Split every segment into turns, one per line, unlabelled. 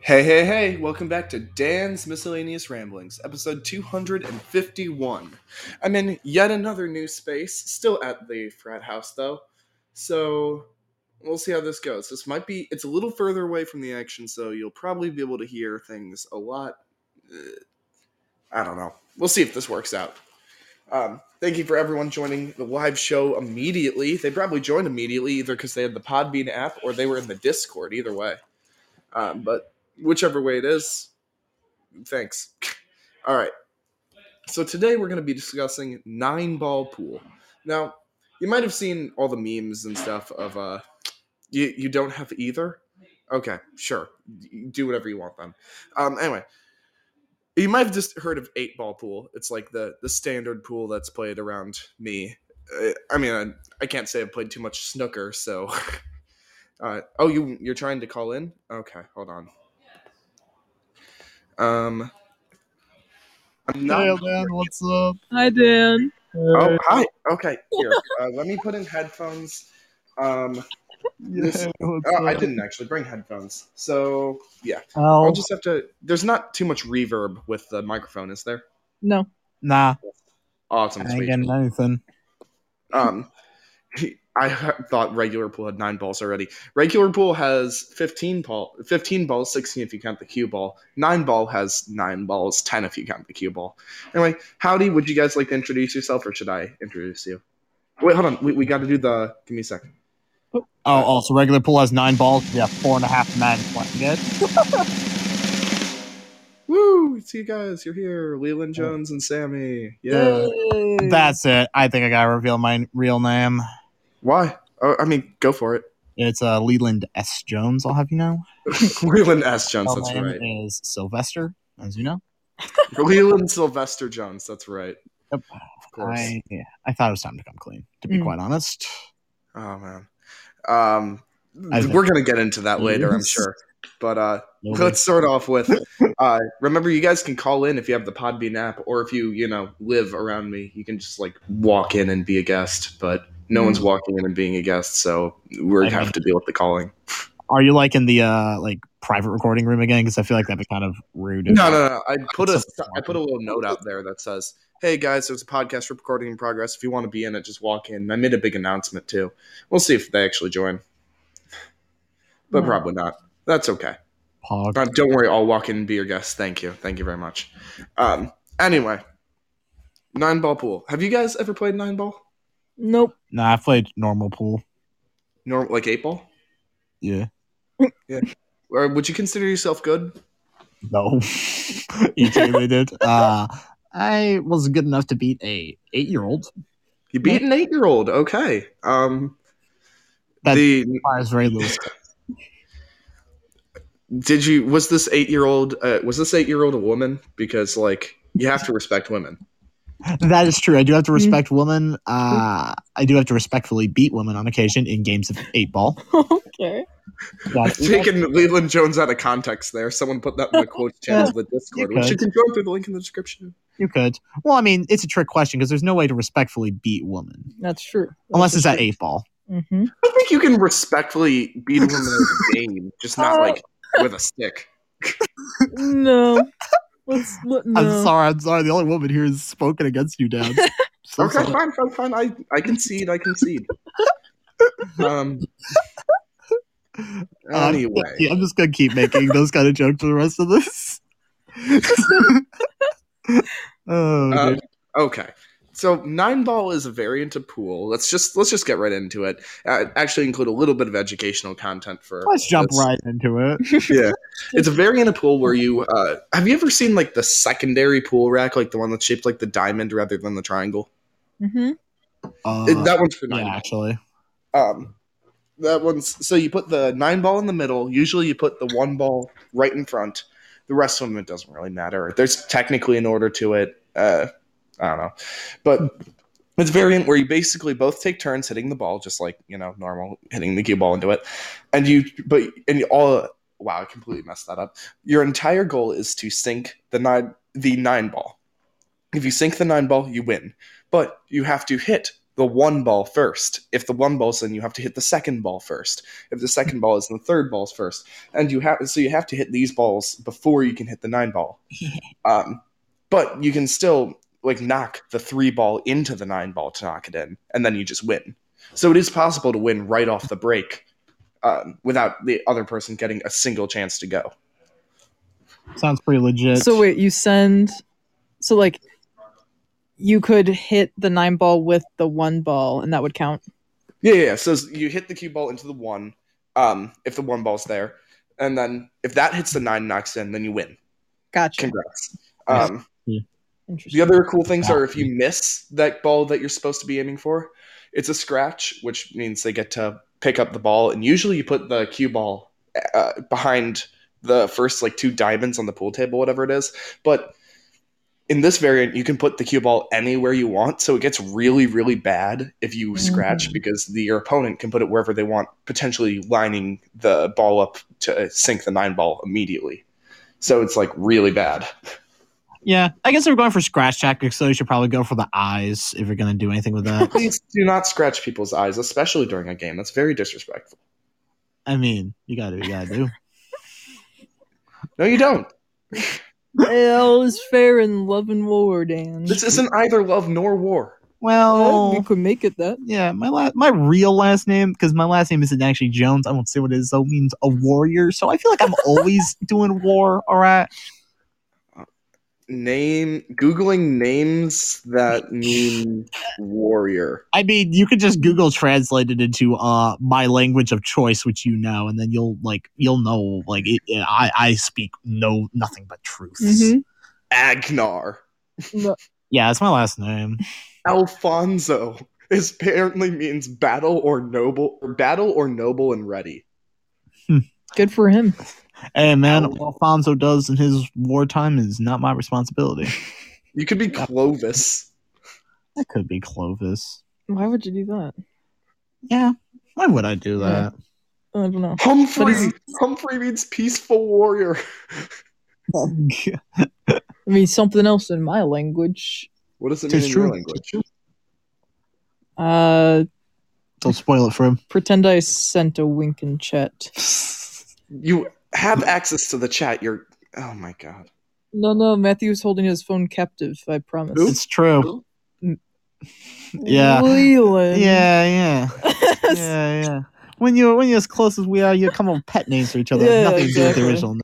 Hey, hey, hey, welcome back to Dan's Miscellaneous Ramblings, episode 251. I'm in yet another new space, still at the frat house though. So we'll see how this goes. This might be, it's a little further away from the action, so you'll probably be able to hear things a lot. uh, I don't know. We'll see if this works out. Um, thank you for everyone joining the live show immediately. They probably joined immediately either because they had the Podbean app or they were in the Discord, either way. Um, but whichever way it is, thanks. All right. So today we're going to be discussing nine ball pool. Now, you might have seen all the memes and stuff of uh you you don't have either. Okay, sure. You Do whatever you want then. Um anyway, you might have just heard of eight ball pool. It's like the the standard pool that's played around me. Uh, I mean, I, I can't say I've played too much snooker, so uh, oh, you you're trying to call in? Okay, hold on. Um, I'm not.
Hey, Dan, what's up?
Hi, Dan.
Oh, hi. Okay, here. Uh, let me put in headphones. Um, this-
Yeah, what's
oh, I
up?
didn't actually bring headphones, so yeah,
Ow.
I'll just have to. There's not too much reverb with the microphone, is there?
No.
Nah, I
Awesome.
ain't
Sweet.
getting anything.
Um, I thought regular pool had nine balls already. Regular pool has 15 ball, 15 balls, 16 if you count the cue ball. Nine ball has nine balls, 10 if you count the cue ball. Anyway, howdy, would you guys like to introduce yourself or should I introduce you? Wait, hold on. We, we got to do the. Give me a second.
Oh, also, regular pool has nine balls. Yeah, four and a half men playing it.
Woo! See you guys. You're here. Leland Jones and Sammy. Yeah.
Yay.
That's it. I think I gotta reveal my real name.
Why? Oh, I mean, go for it.
It's uh, Leland S. Jones, I'll have you know.
Leland S. Jones.
My
That's
name
right.
is Sylvester, as you know.
Leland Sylvester Jones. That's right.
Yep.
Of course.
I, I thought it was time to come clean, to be
Mm.
quite honest.
Oh man, um,
I think-
we're gonna get into that later, I'm
Yes.
sure. But uh,
No
let's start off with. Uh, remember, you guys can call in if you have the Podbean app, or if you you know live around me, you can just like walk in and be a guest. But no one's walking in and being a guest, so we
Hmm. I
have
mean-
to deal with the calling.
Are you like in the uh like private recording room again? Because I feel like that'd be kind of rude. if-
No, no, no. I put a
Something
I put a little note out there that says, "Hey guys, there's a podcast recording in progress. If you want to be in it, just walk in." And I made a big announcement too. We'll see if they actually join, but
Hmm.
probably not. That's okay.
Pog.
Uh, don't worry, I'll walk in and be your guest. Thank you. Thank you very much. Um, anyway, nine ball pool. Have you guys ever played nine ball?
Nope.
Nah, I played normal pool.
Normal, like eight ball?
Yeah.
Or would you consider yourself good?
No, they did. Uh, I was good enough to beat a eight year old.
You beat an eight year old. Okay. Um,
That
the
requires very little. skill.
did you was this eight year old uh, was this eight year old a woman? Because like you have to respect women.
that is true. I do have to respect women. Uh, I do have to respectfully beat women on occasion in games of eight ball.
okay.
I've
That's-
taken Leland Jones out of context there. Someone put that in the quotes channel of the Discord, which you
could.
can join through the link in the description.
you could. Well, I mean, it's a trick question because there's no way to respectfully beat women
That's true.
unless it's at eight ball.
Mm-hmm.
I think you can respectfully beat a woman in a game, just not
Uh,
Oh.
like with a stick.
No. Let's let no.
I'm sorry. I'm sorry. The only woman here is spoken against you, Dad. So
Okay,
sorry.
fine, fine, fine. I, I concede. I concede. um.
Um,
Anyway,
yeah, I'm just gonna keep making those kind of jokes for the rest of this. oh,
Uh,
dude.
okay. So nine ball is a variant of pool. Let's just let's just get right into it. Uh, actually, include a little bit of educational content for.
let's jump
this.
right into it.
Yeah, it's a variant of pool where you uh, have you ever seen like the secondary pool rack, like the one that's shaped like the diamond rather than the triangle.
Mm-hmm.
Uh,
It- that one's for nine.
yeah,
ball.
actually,
Um, that one's so you put the nine ball in the middle. Usually, you put the one ball right in front. The rest of them, it doesn't really matter. There's technically an order to it. Uh, I don't know, but it's variant where you basically both take turns hitting the ball, just like you know normal hitting the cue ball into it, and you but and you all wow, I completely messed that up. Your entire goal is to sink the nine the nine ball. If you sink the nine ball, you win, but you have to hit the one ball first. If the one ball's in, you have to hit the second ball first. If the second ball is in, the third ball's first. And you have so you have to hit these balls before you can hit the nine ball. Um, but you can still like knock the three ball into the nine ball to knock it in, and then you just win. So it is possible to win right off the break um, without the other person getting a single chance to go.
Sounds pretty legit.
So wait, you send so like you could hit the nine ball with the one ball and that would count.
Yeah, yeah. yeah. So s- you hit the cue ball into the one, um, if the one ball's there, and then if that hits the nine, knocks in, then you win.
Gotcha.
Congrats. Um,
Interesting.
The other cool things are if you miss that ball that you're supposed to be aiming for, it's a scratch, which means they get to pick up the ball. And usually you put the cue ball uh, behind the first like two diamonds on the pool table, whatever it is. But in this variant, you can put the cue ball anywhere you want. So it gets really, really bad if you scratch
Mhm.
because the, your opponent can put it wherever they want, potentially lining the ball up to sink the nine ball immediately. So it's like really bad.
yeah, I guess they were going for scratch tactics, so you should probably go for the eyes if you're gonna do anything with that.
Please do not scratch people's eyes, especially during a game. That's very disrespectful.
I mean, you gotta, you gotta do.
No, you don't.
All is fair in love and war, Dan.
This isn't either love nor war.
Well,
Well,
we could make it that.
yeah, my la- my real last name because my last name isn't actually Jones. I won't say what it is. So it means a warrior. So I feel like I'm always doing war. All right.
Name googling names that mean warrior.
I mean, you could just Google translate it into uh my language of choice, which you know, and then you'll like you'll know like it, it- I I speak no nothing but truths.
Mhm.
Agnar.
Yeah, that's my last name.
Alfonso. This apparently means battle or noble or battle or noble and ready.
Good for him.
Hey man,
Ow.
what Alfonso does in his wartime is not my responsibility.
You could be Clovis.
That could be Clovis.
Why would you do that?
Yeah, why would I do that?
I don't know.
Humphrey. Humphrey means peaceful warrior.
I mean, something else in my language.
What does it mean
It's
in
true.
your language?
Uh,
Don't spoil it for him.
pretend I sent a wink in chat.
You have access to the chat. You're oh my god.
No, no, Matthew's holding his phone captive. I promise.
Who?
It's true. Yeah.
Leland.
Yeah, yeah, yeah, yeah. When you're when you're as close as we are, you come up with pet names for each other.
Yeah,
nothing to do with the
exactly.
original. name.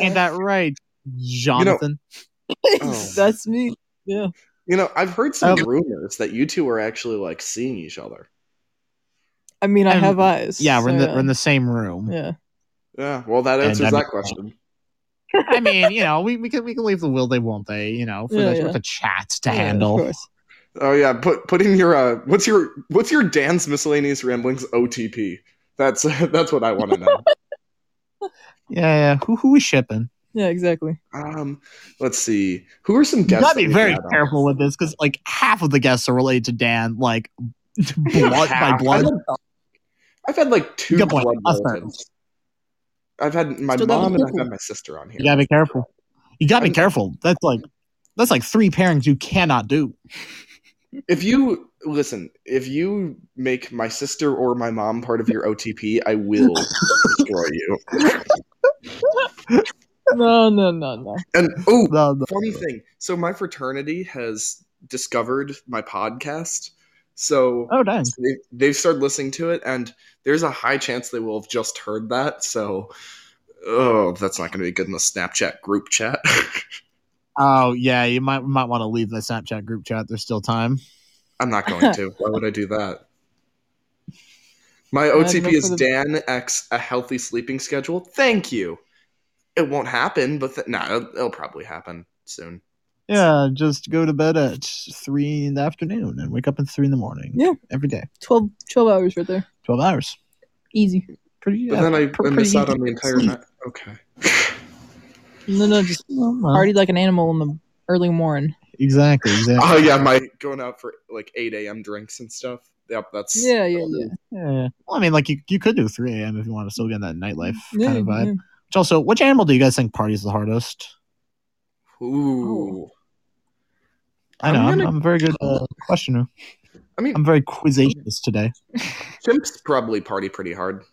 Ain't that right, Jonathan?
Oh.
That's me. Yeah.
You know, I've heard some
Oh.
rumors that you two are actually like seeing each other.
I mean, I
Um,
have eyes.
yeah, we're in the
so,
we're in the same room.
Yeah.
Yeah, well, that
And
answers
I'm-
that question.
I mean, you know, we, we can we can leave the will they won't they, you know, for
Yeah,
the,
yeah.
for the chat to
Yeah, of
handle.
course.
Oh yeah, put put in your uh, what's your what's your Dan's miscellaneous ramblings OTP? That's that's what I want to know.
Yeah, yeah. Who who we shipping?
Yeah, exactly.
um, let's see, who are some
You
guests?
gotta
that
be
we've
very
had on?
careful with this because like half of the guests are related to Dan, like blood by
Half. I've
blood.
had, I've had, like two
Good point.
blood
Us
relatives. I've had my
Still that
mom
was
and I've
cool.
had my sister on here.
You gotta be careful. You gotta be
I'm-
careful. That's like that's like three pairings you cannot do.
If you listen, if you make my sister or my mom part of your OTP, I will destroy you.
No, no, no, no.
And oh,
No, no.
funny thing. So my fraternity has discovered my podcast. So
Oh dang.
they, they've started listening to it, and there's a high chance they will have just heard that. So, oh, that's not going to be good in the Snapchat group chat.
Oh yeah, you might might want to leave the Snapchat group chat. There's still time.
I'm not going to. Why would I do that? My
I'd
OTP
look
is
for the-
Dan X a healthy sleeping schedule. Thank you. It won't happen, but th- nah, it'll, it'll probably happen soon.
Yeah, just go to bed at three in the afternoon and wake up at three in the morning.
Yeah.
every day,
12, 12 hours right there.
twelve hours.
Easy.
Pretty.
But
yeah,
then I,
pr-
I miss
pretty
out on the
easy
entire
sleep.
night. Okay.
No, no, just
Well, well,
party like an animal in the early morning.
Exactly. Exactly.
Oh yeah, my going out for like eight a.m. drinks and stuff. Yep, that's
Yeah, yeah, yeah.
yeah. yeah. Well, I mean, like you, you could do three a.m. if you want to still get that nightlife
yeah,
kind of vibe.
yeah.
Which also, which animal do you guys think parties the hardest?
Ooh,
I know
I'm
I'm,
gonna-
I'm a very good uh, questioner.
I mean,
I'm very quizzacious today.
chimps probably party pretty hard.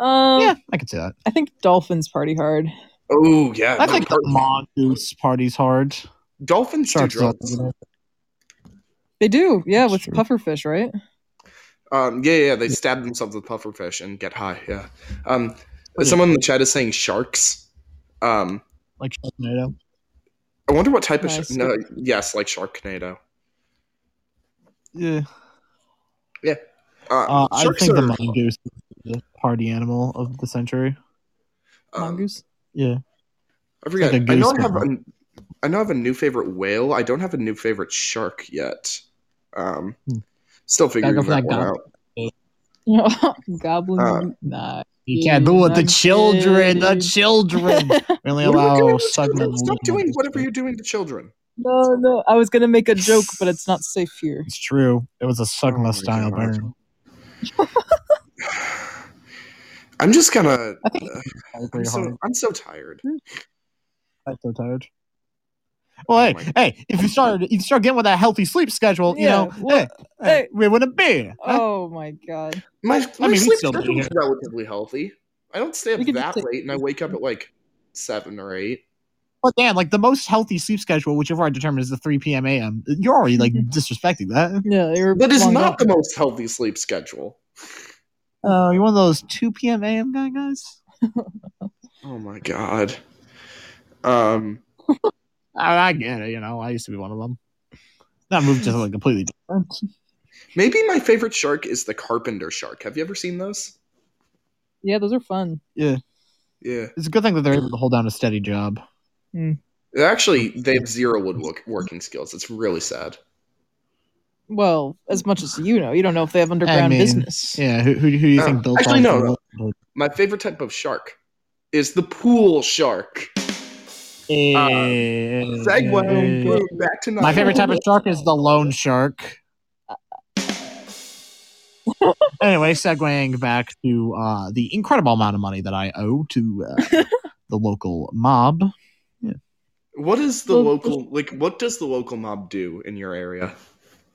Um,
Yeah, I could see that.
I think dolphins party hard.
Oh yeah,
I
no,
think the
part-
mongoose party's hard.
dolphins do
Sharks up,
drugs.
you know.
They do, yeah,
That's
with
true.
pufferfish, right?
Um, yeah, yeah, they stab themselves with pufferfish and get high. Yeah. Um,
Yeah.
someone in the chat is saying sharks. Um,
like Sharknado.
I wonder what type of
Nice.
sh- no, yes, like Sharknado.
Yeah,
Uh,
uh, I
sharks
think the
are-
mongoose is the party animal of the century.
um,
Mongoose.
Yeah,
I forget.
like a
I know I
goose
have
or-
a, I know I have a new favorite whale. I don't have a new favorite shark yet. Um,
Hmm.
still figuring
go
that,
for that
one
gob-
out.
Goblin.
Uh,
nah.
you can't do it. The
Not
children, the
good.
children. We only
What are you doing
allow
to
segment.
children? Stop doing whatever you're doing to children.
No, no. I was gonna make a joke, but it's not safe here.
It's true. It was a
Oh my
Sugma style
God.
burn.
I'm just gonna.
I think-
I'm
Very hard.
so, I'm so tired.
I'm so tired. Well, hey,
Oh my-
hey, if you start, if you start getting with that healthy sleep schedule,
Yeah,
you know,
well,
hey, hey,
hey.
we wouldn't be. here, huh?
Oh my god.
My, my
mean, we
sleep
still do
schedule is
here.
relatively healthy. I don't stay up
We could
that
just take-
late, and I wake up at like seven or eight.
But Dan, like the most healthy sleep schedule, whichever I determine is the 3 p.m. a.m. You're already like disrespecting that.
Yeah, they were
That is
long
not
gone.
the most healthy sleep schedule.
Oh,
Uh,
you're one of those 2 p.m. a.m. guy guys.
Oh my god. Um.
I, I get it. You know, I used to be one of them. That moved to something completely different.
Maybe my favorite shark is the carpenter shark. Have you ever seen those?
Yeah, those are fun.
Yeah.
It's a good thing that they're able to hold down a steady job.
Actually, they have zero woodwork working skills. It's really sad.
Well, as much as you know, you don't know if they have underground
mean,
business.
Yeah, who, who, who do you
Uh,
think built
actually,
all
no,
the-
My favorite type of shark is the pool shark.
Eh,
Uh, Segway.
eh,
Boom, Back to
My favorite type of shark is the lone shark. anyway, segueing back to uh, the incredible amount of money that I owe to uh, the local mob.
What is the
Well,
local like? What does the local mob do in your area?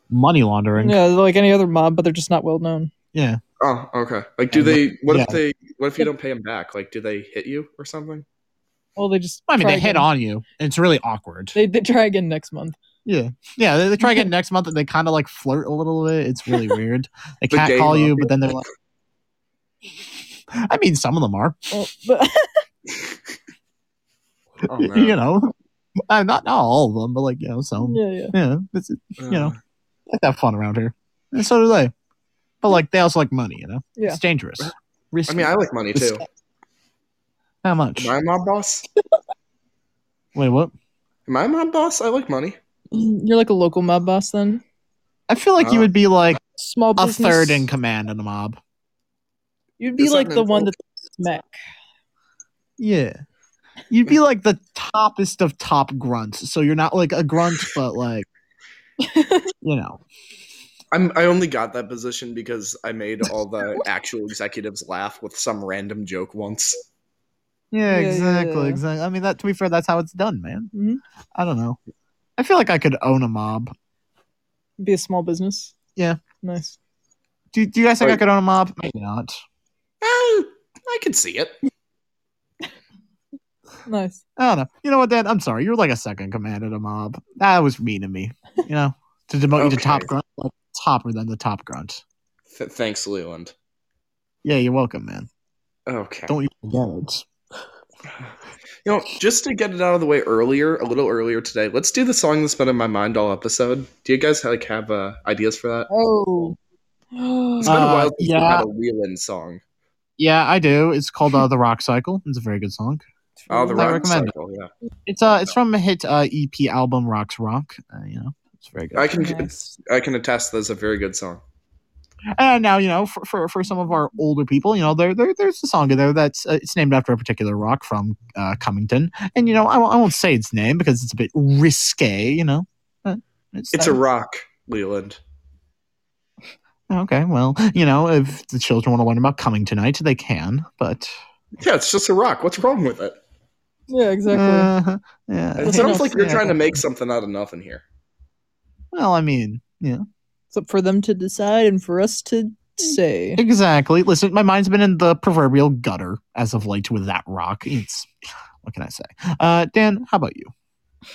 Money laundering.
Yeah, they're like any other mob, but they're just not well known.
Yeah.
Oh, okay. Like, do they? What if
Yeah.
they? What if you don't pay them back? Like, do they hit you or something?
Well, they just.
I mean,
try
they hit
again.
on you. And it's really awkward.
They, they try again next month.
yeah. Yeah. They, they try again next month and they kind of like flirt a little bit. It's really weird. They
The
can't
gay
call you,
mob.
but then they're like, I mean, some of them are.
Well, but,
Oh, no.
You know, Uh, not, not all of them, but like, you know, some.
yeah, yeah.
Yeah. it's, know. like that fun around here. And so do they. But like they also like money, you know?
Yeah.
It's dangerous.
I
Risky.
mean, I like money too.
How much?
Am I a mob boss?
Wait, what?
Am I a mob boss? I like money.
You're like a local mob boss then.
I feel like
Uh,
you would be like
Small
a
business.
third in command in the mob.
You'd be
Is that
like
an
the one
insult?
that smack.
Yeah. You'd be like the toppest of top grunts. So you're not like a grunt, but like you know.
I'm. I only got that position because I made all the actual executives laugh with some random joke once.
Yeah, Mm-hmm.
Yeah, yeah,
exactly,
yeah.
exactly. I mean that to be fair, that's how it's done, man.
Mhm.
I don't know. I feel like I could own a mob.
Be a small business.
Yeah.
Nice.
Do, do you guys think I
Like-
could own a mob? Maybe not.
Ah, I can see it.
Nice.
I don't know. You know what, Dan? I'm sorry. You're like a second command in a mob. That was mean to me. You know, to demote you to
Okay.
top grunt, like topper than the top grunt.
Th- thanks, Leland.
Yeah, you're welcome, man.
Okay.
Don't you forget it.
You know, just to get it out of the way earlier, a little earlier today, let's do the song that's been in my mind all episode. Do you guys like have uh, ideas for that?
Oh.
It's been a
Uh,
while since we
yeah.
had a Leland song.
Yeah, I do. It's called uh, the Rock Cycle. It's a very good song.
Oh, the
I
rock
recommend it.
cycle. Yeah,
It's uh, it's from a hit uh, EP album, Rocks Rock. Uh, you know, it's very good.
I can
Nice.
I can attest. That's a very good song.
And now, you know, for, for, for some of our older people, you know, there, there there's a song in there that's uh, it's named after a particular rock from uh, Cummington, and you know, I, won't- I won't say its name because it's a bit risque, you know. but
It's a
there.
rock, Leland.
okay. Well, you know, if the children want to learn about Cummington tonight, they can. But
Yeah, it's just a rock. What's wrong with it?
Yeah, exactly.
uh, yeah,
It
Hey,
sounds
no,
like you're
yeah.
trying to make something out of nothing here.
Well, I mean, yeah,
It's up for them to decide and for us to say.
Mm. Exactly. Listen, my mind's been in the proverbial gutter as of late with that rock. It's what can I say? Uh, Dan, how about you?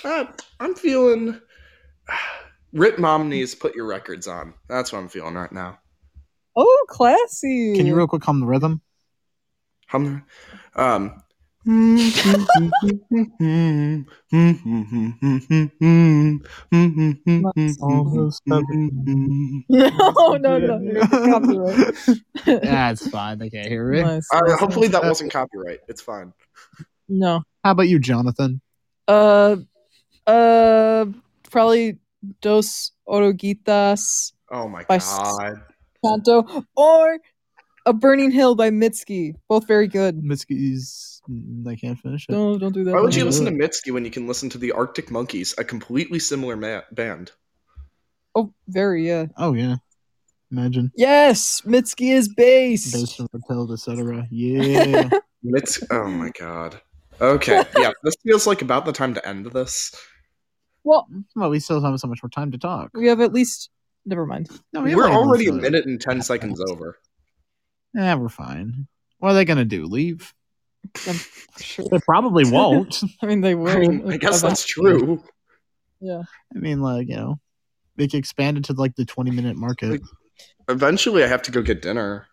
Uh, I'm feeling. Rip Momney's "Put Your Records On." That's what I'm feeling right now.
Oh, classy.
Can you real quick hum the rhythm?
Hum, um.
Oh,
I,
No, no, no. Copyright.
yeah, it's fine. They can't hear it.
Nice, nice,
hopefully
nice.
that wasn't copyright. It's fine.
No.
How about you, Jonathan?
Uh, uh, probably Dos Oroguitas
Oh my
By s-
god.
Canto or A Burning Hill by Mitski. Both very good.
Mitski's. They can't finish it.
No, don't do that.
Why would
Yeah.
you listen to Mitski when you can listen to the Arctic Monkeys, a completely similar ma- band?
Oh, very, yeah.
Oh yeah. Imagine.
Yes, Mitski is bass.
Based on the pill, etc. Yeah.
Mits. Oh my god. Okay, yeah, this feels like about the time to end this.
Well,
well, we still have so much more time to talk.
we have at least. Never mind.
No, we have
We're
like
already a
another-
minute and ten seconds over.
Yeah, we're fine. What are they gonna do? Leave?
Sure.
They probably won't.
I mean, they
I
will.
mean, I guess that's true.
Yeah.
I mean, like you know, they could expand it to like the twenty minute market.
Eventually, I have to go get dinner.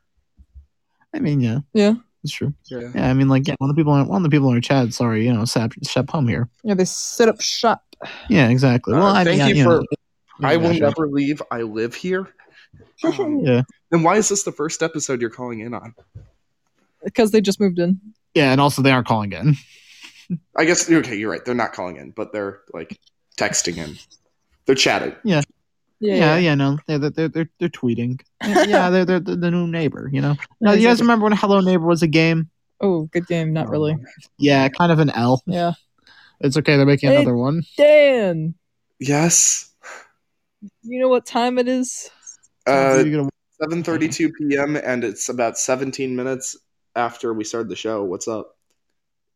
I mean, yeah,
Yeah.
it's true.
Yeah.
Yeah, I mean, like yeah, one of the people, one of the people in our chat. Sorry, you know, Sap, Sap Hum here.
Yeah, they set up shop.
Yeah, exactly. Well,
Uh,
I
thank
mean,
you
you know,
for- I will
yeah.
never leave. I live here. Um,
Yeah,
then why is this the first episode you're calling in on?
Because they just moved in.
yeah, and also they aren't calling in.
I guess okay, you're right. They're not calling in, but they're like texting in. They're chatting.
Yeah, yeah, no, they're they're they're, they're tweeting. Yeah, yeah, they're, they're the new neighbor. You know, now, you guys remember when Hello Neighbor was a game?
Oh, good game. Not really.
Yeah, kind of an L.
Yeah.
It's okay. They're making
Hey.
another one.
Dan,
Yes.
you know what time it is?
Uh,
You're gonna-
7:32 p.m. and it's about 17 minutes after we started the show. What's up?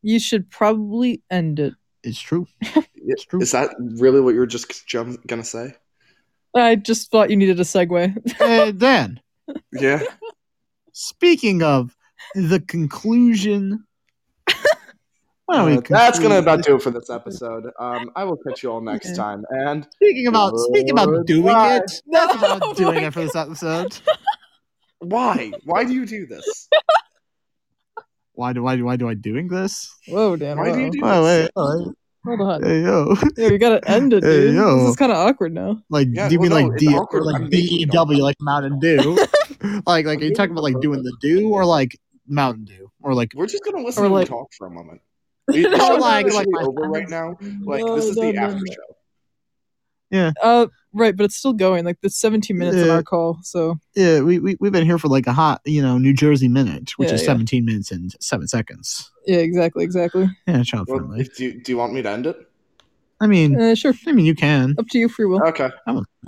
You should probably end it.
it's true.
Is
It's true.
that really what you're just jump- gonna say?
I just thought you needed a segue.
uh, Dan.
Yeah.
Speaking of the conclusion, why don't we
Uh, that's
conclude
gonna about
this-
do it for this episode. Um, I will catch you all next
Okay.
time. And
Speaking about speaking about doing
Goodbye.
it, that's
Oh
about doing
my
it for this episode.
why? Why do you do this?
Why do why do why do I doing this?
Whoa, Dan.
Why do you
whoa.
do
Oh,
this?
wait, oh,
Hold on.
hey, yo.
Yeah, you gotta end it,
Hey,
dude.
yo.
this is kind of awkward now.
Like
Yeah,
do you mean
well, no,
like
it's
D
awkward. I'm
like
making it
D E W like Mountain Dew? like like are you talking about like doing the do or like Mountain Dew or like
We're just gonna listen
Or
to
like-
you talk for a moment. We- this
No,
show's
like-
officially
like my
over right
friends.
now. Like
No,
this is
no,
the
no,
after
no.
show.
Uh, right, but it's still going. Like the 17 minutes on
Yeah.
our call. So
yeah we we we've been here for like a hot you know New Jersey minute which
Yeah,
is
yeah.
seventeen minutes and seven seconds.
yeah, exactly, exactly.
Yeah, child
Well,
friendly.
if- do, do you want me to end it?
I mean.
Uh, sure,
I mean, you can.
up to you, free will.
Okay.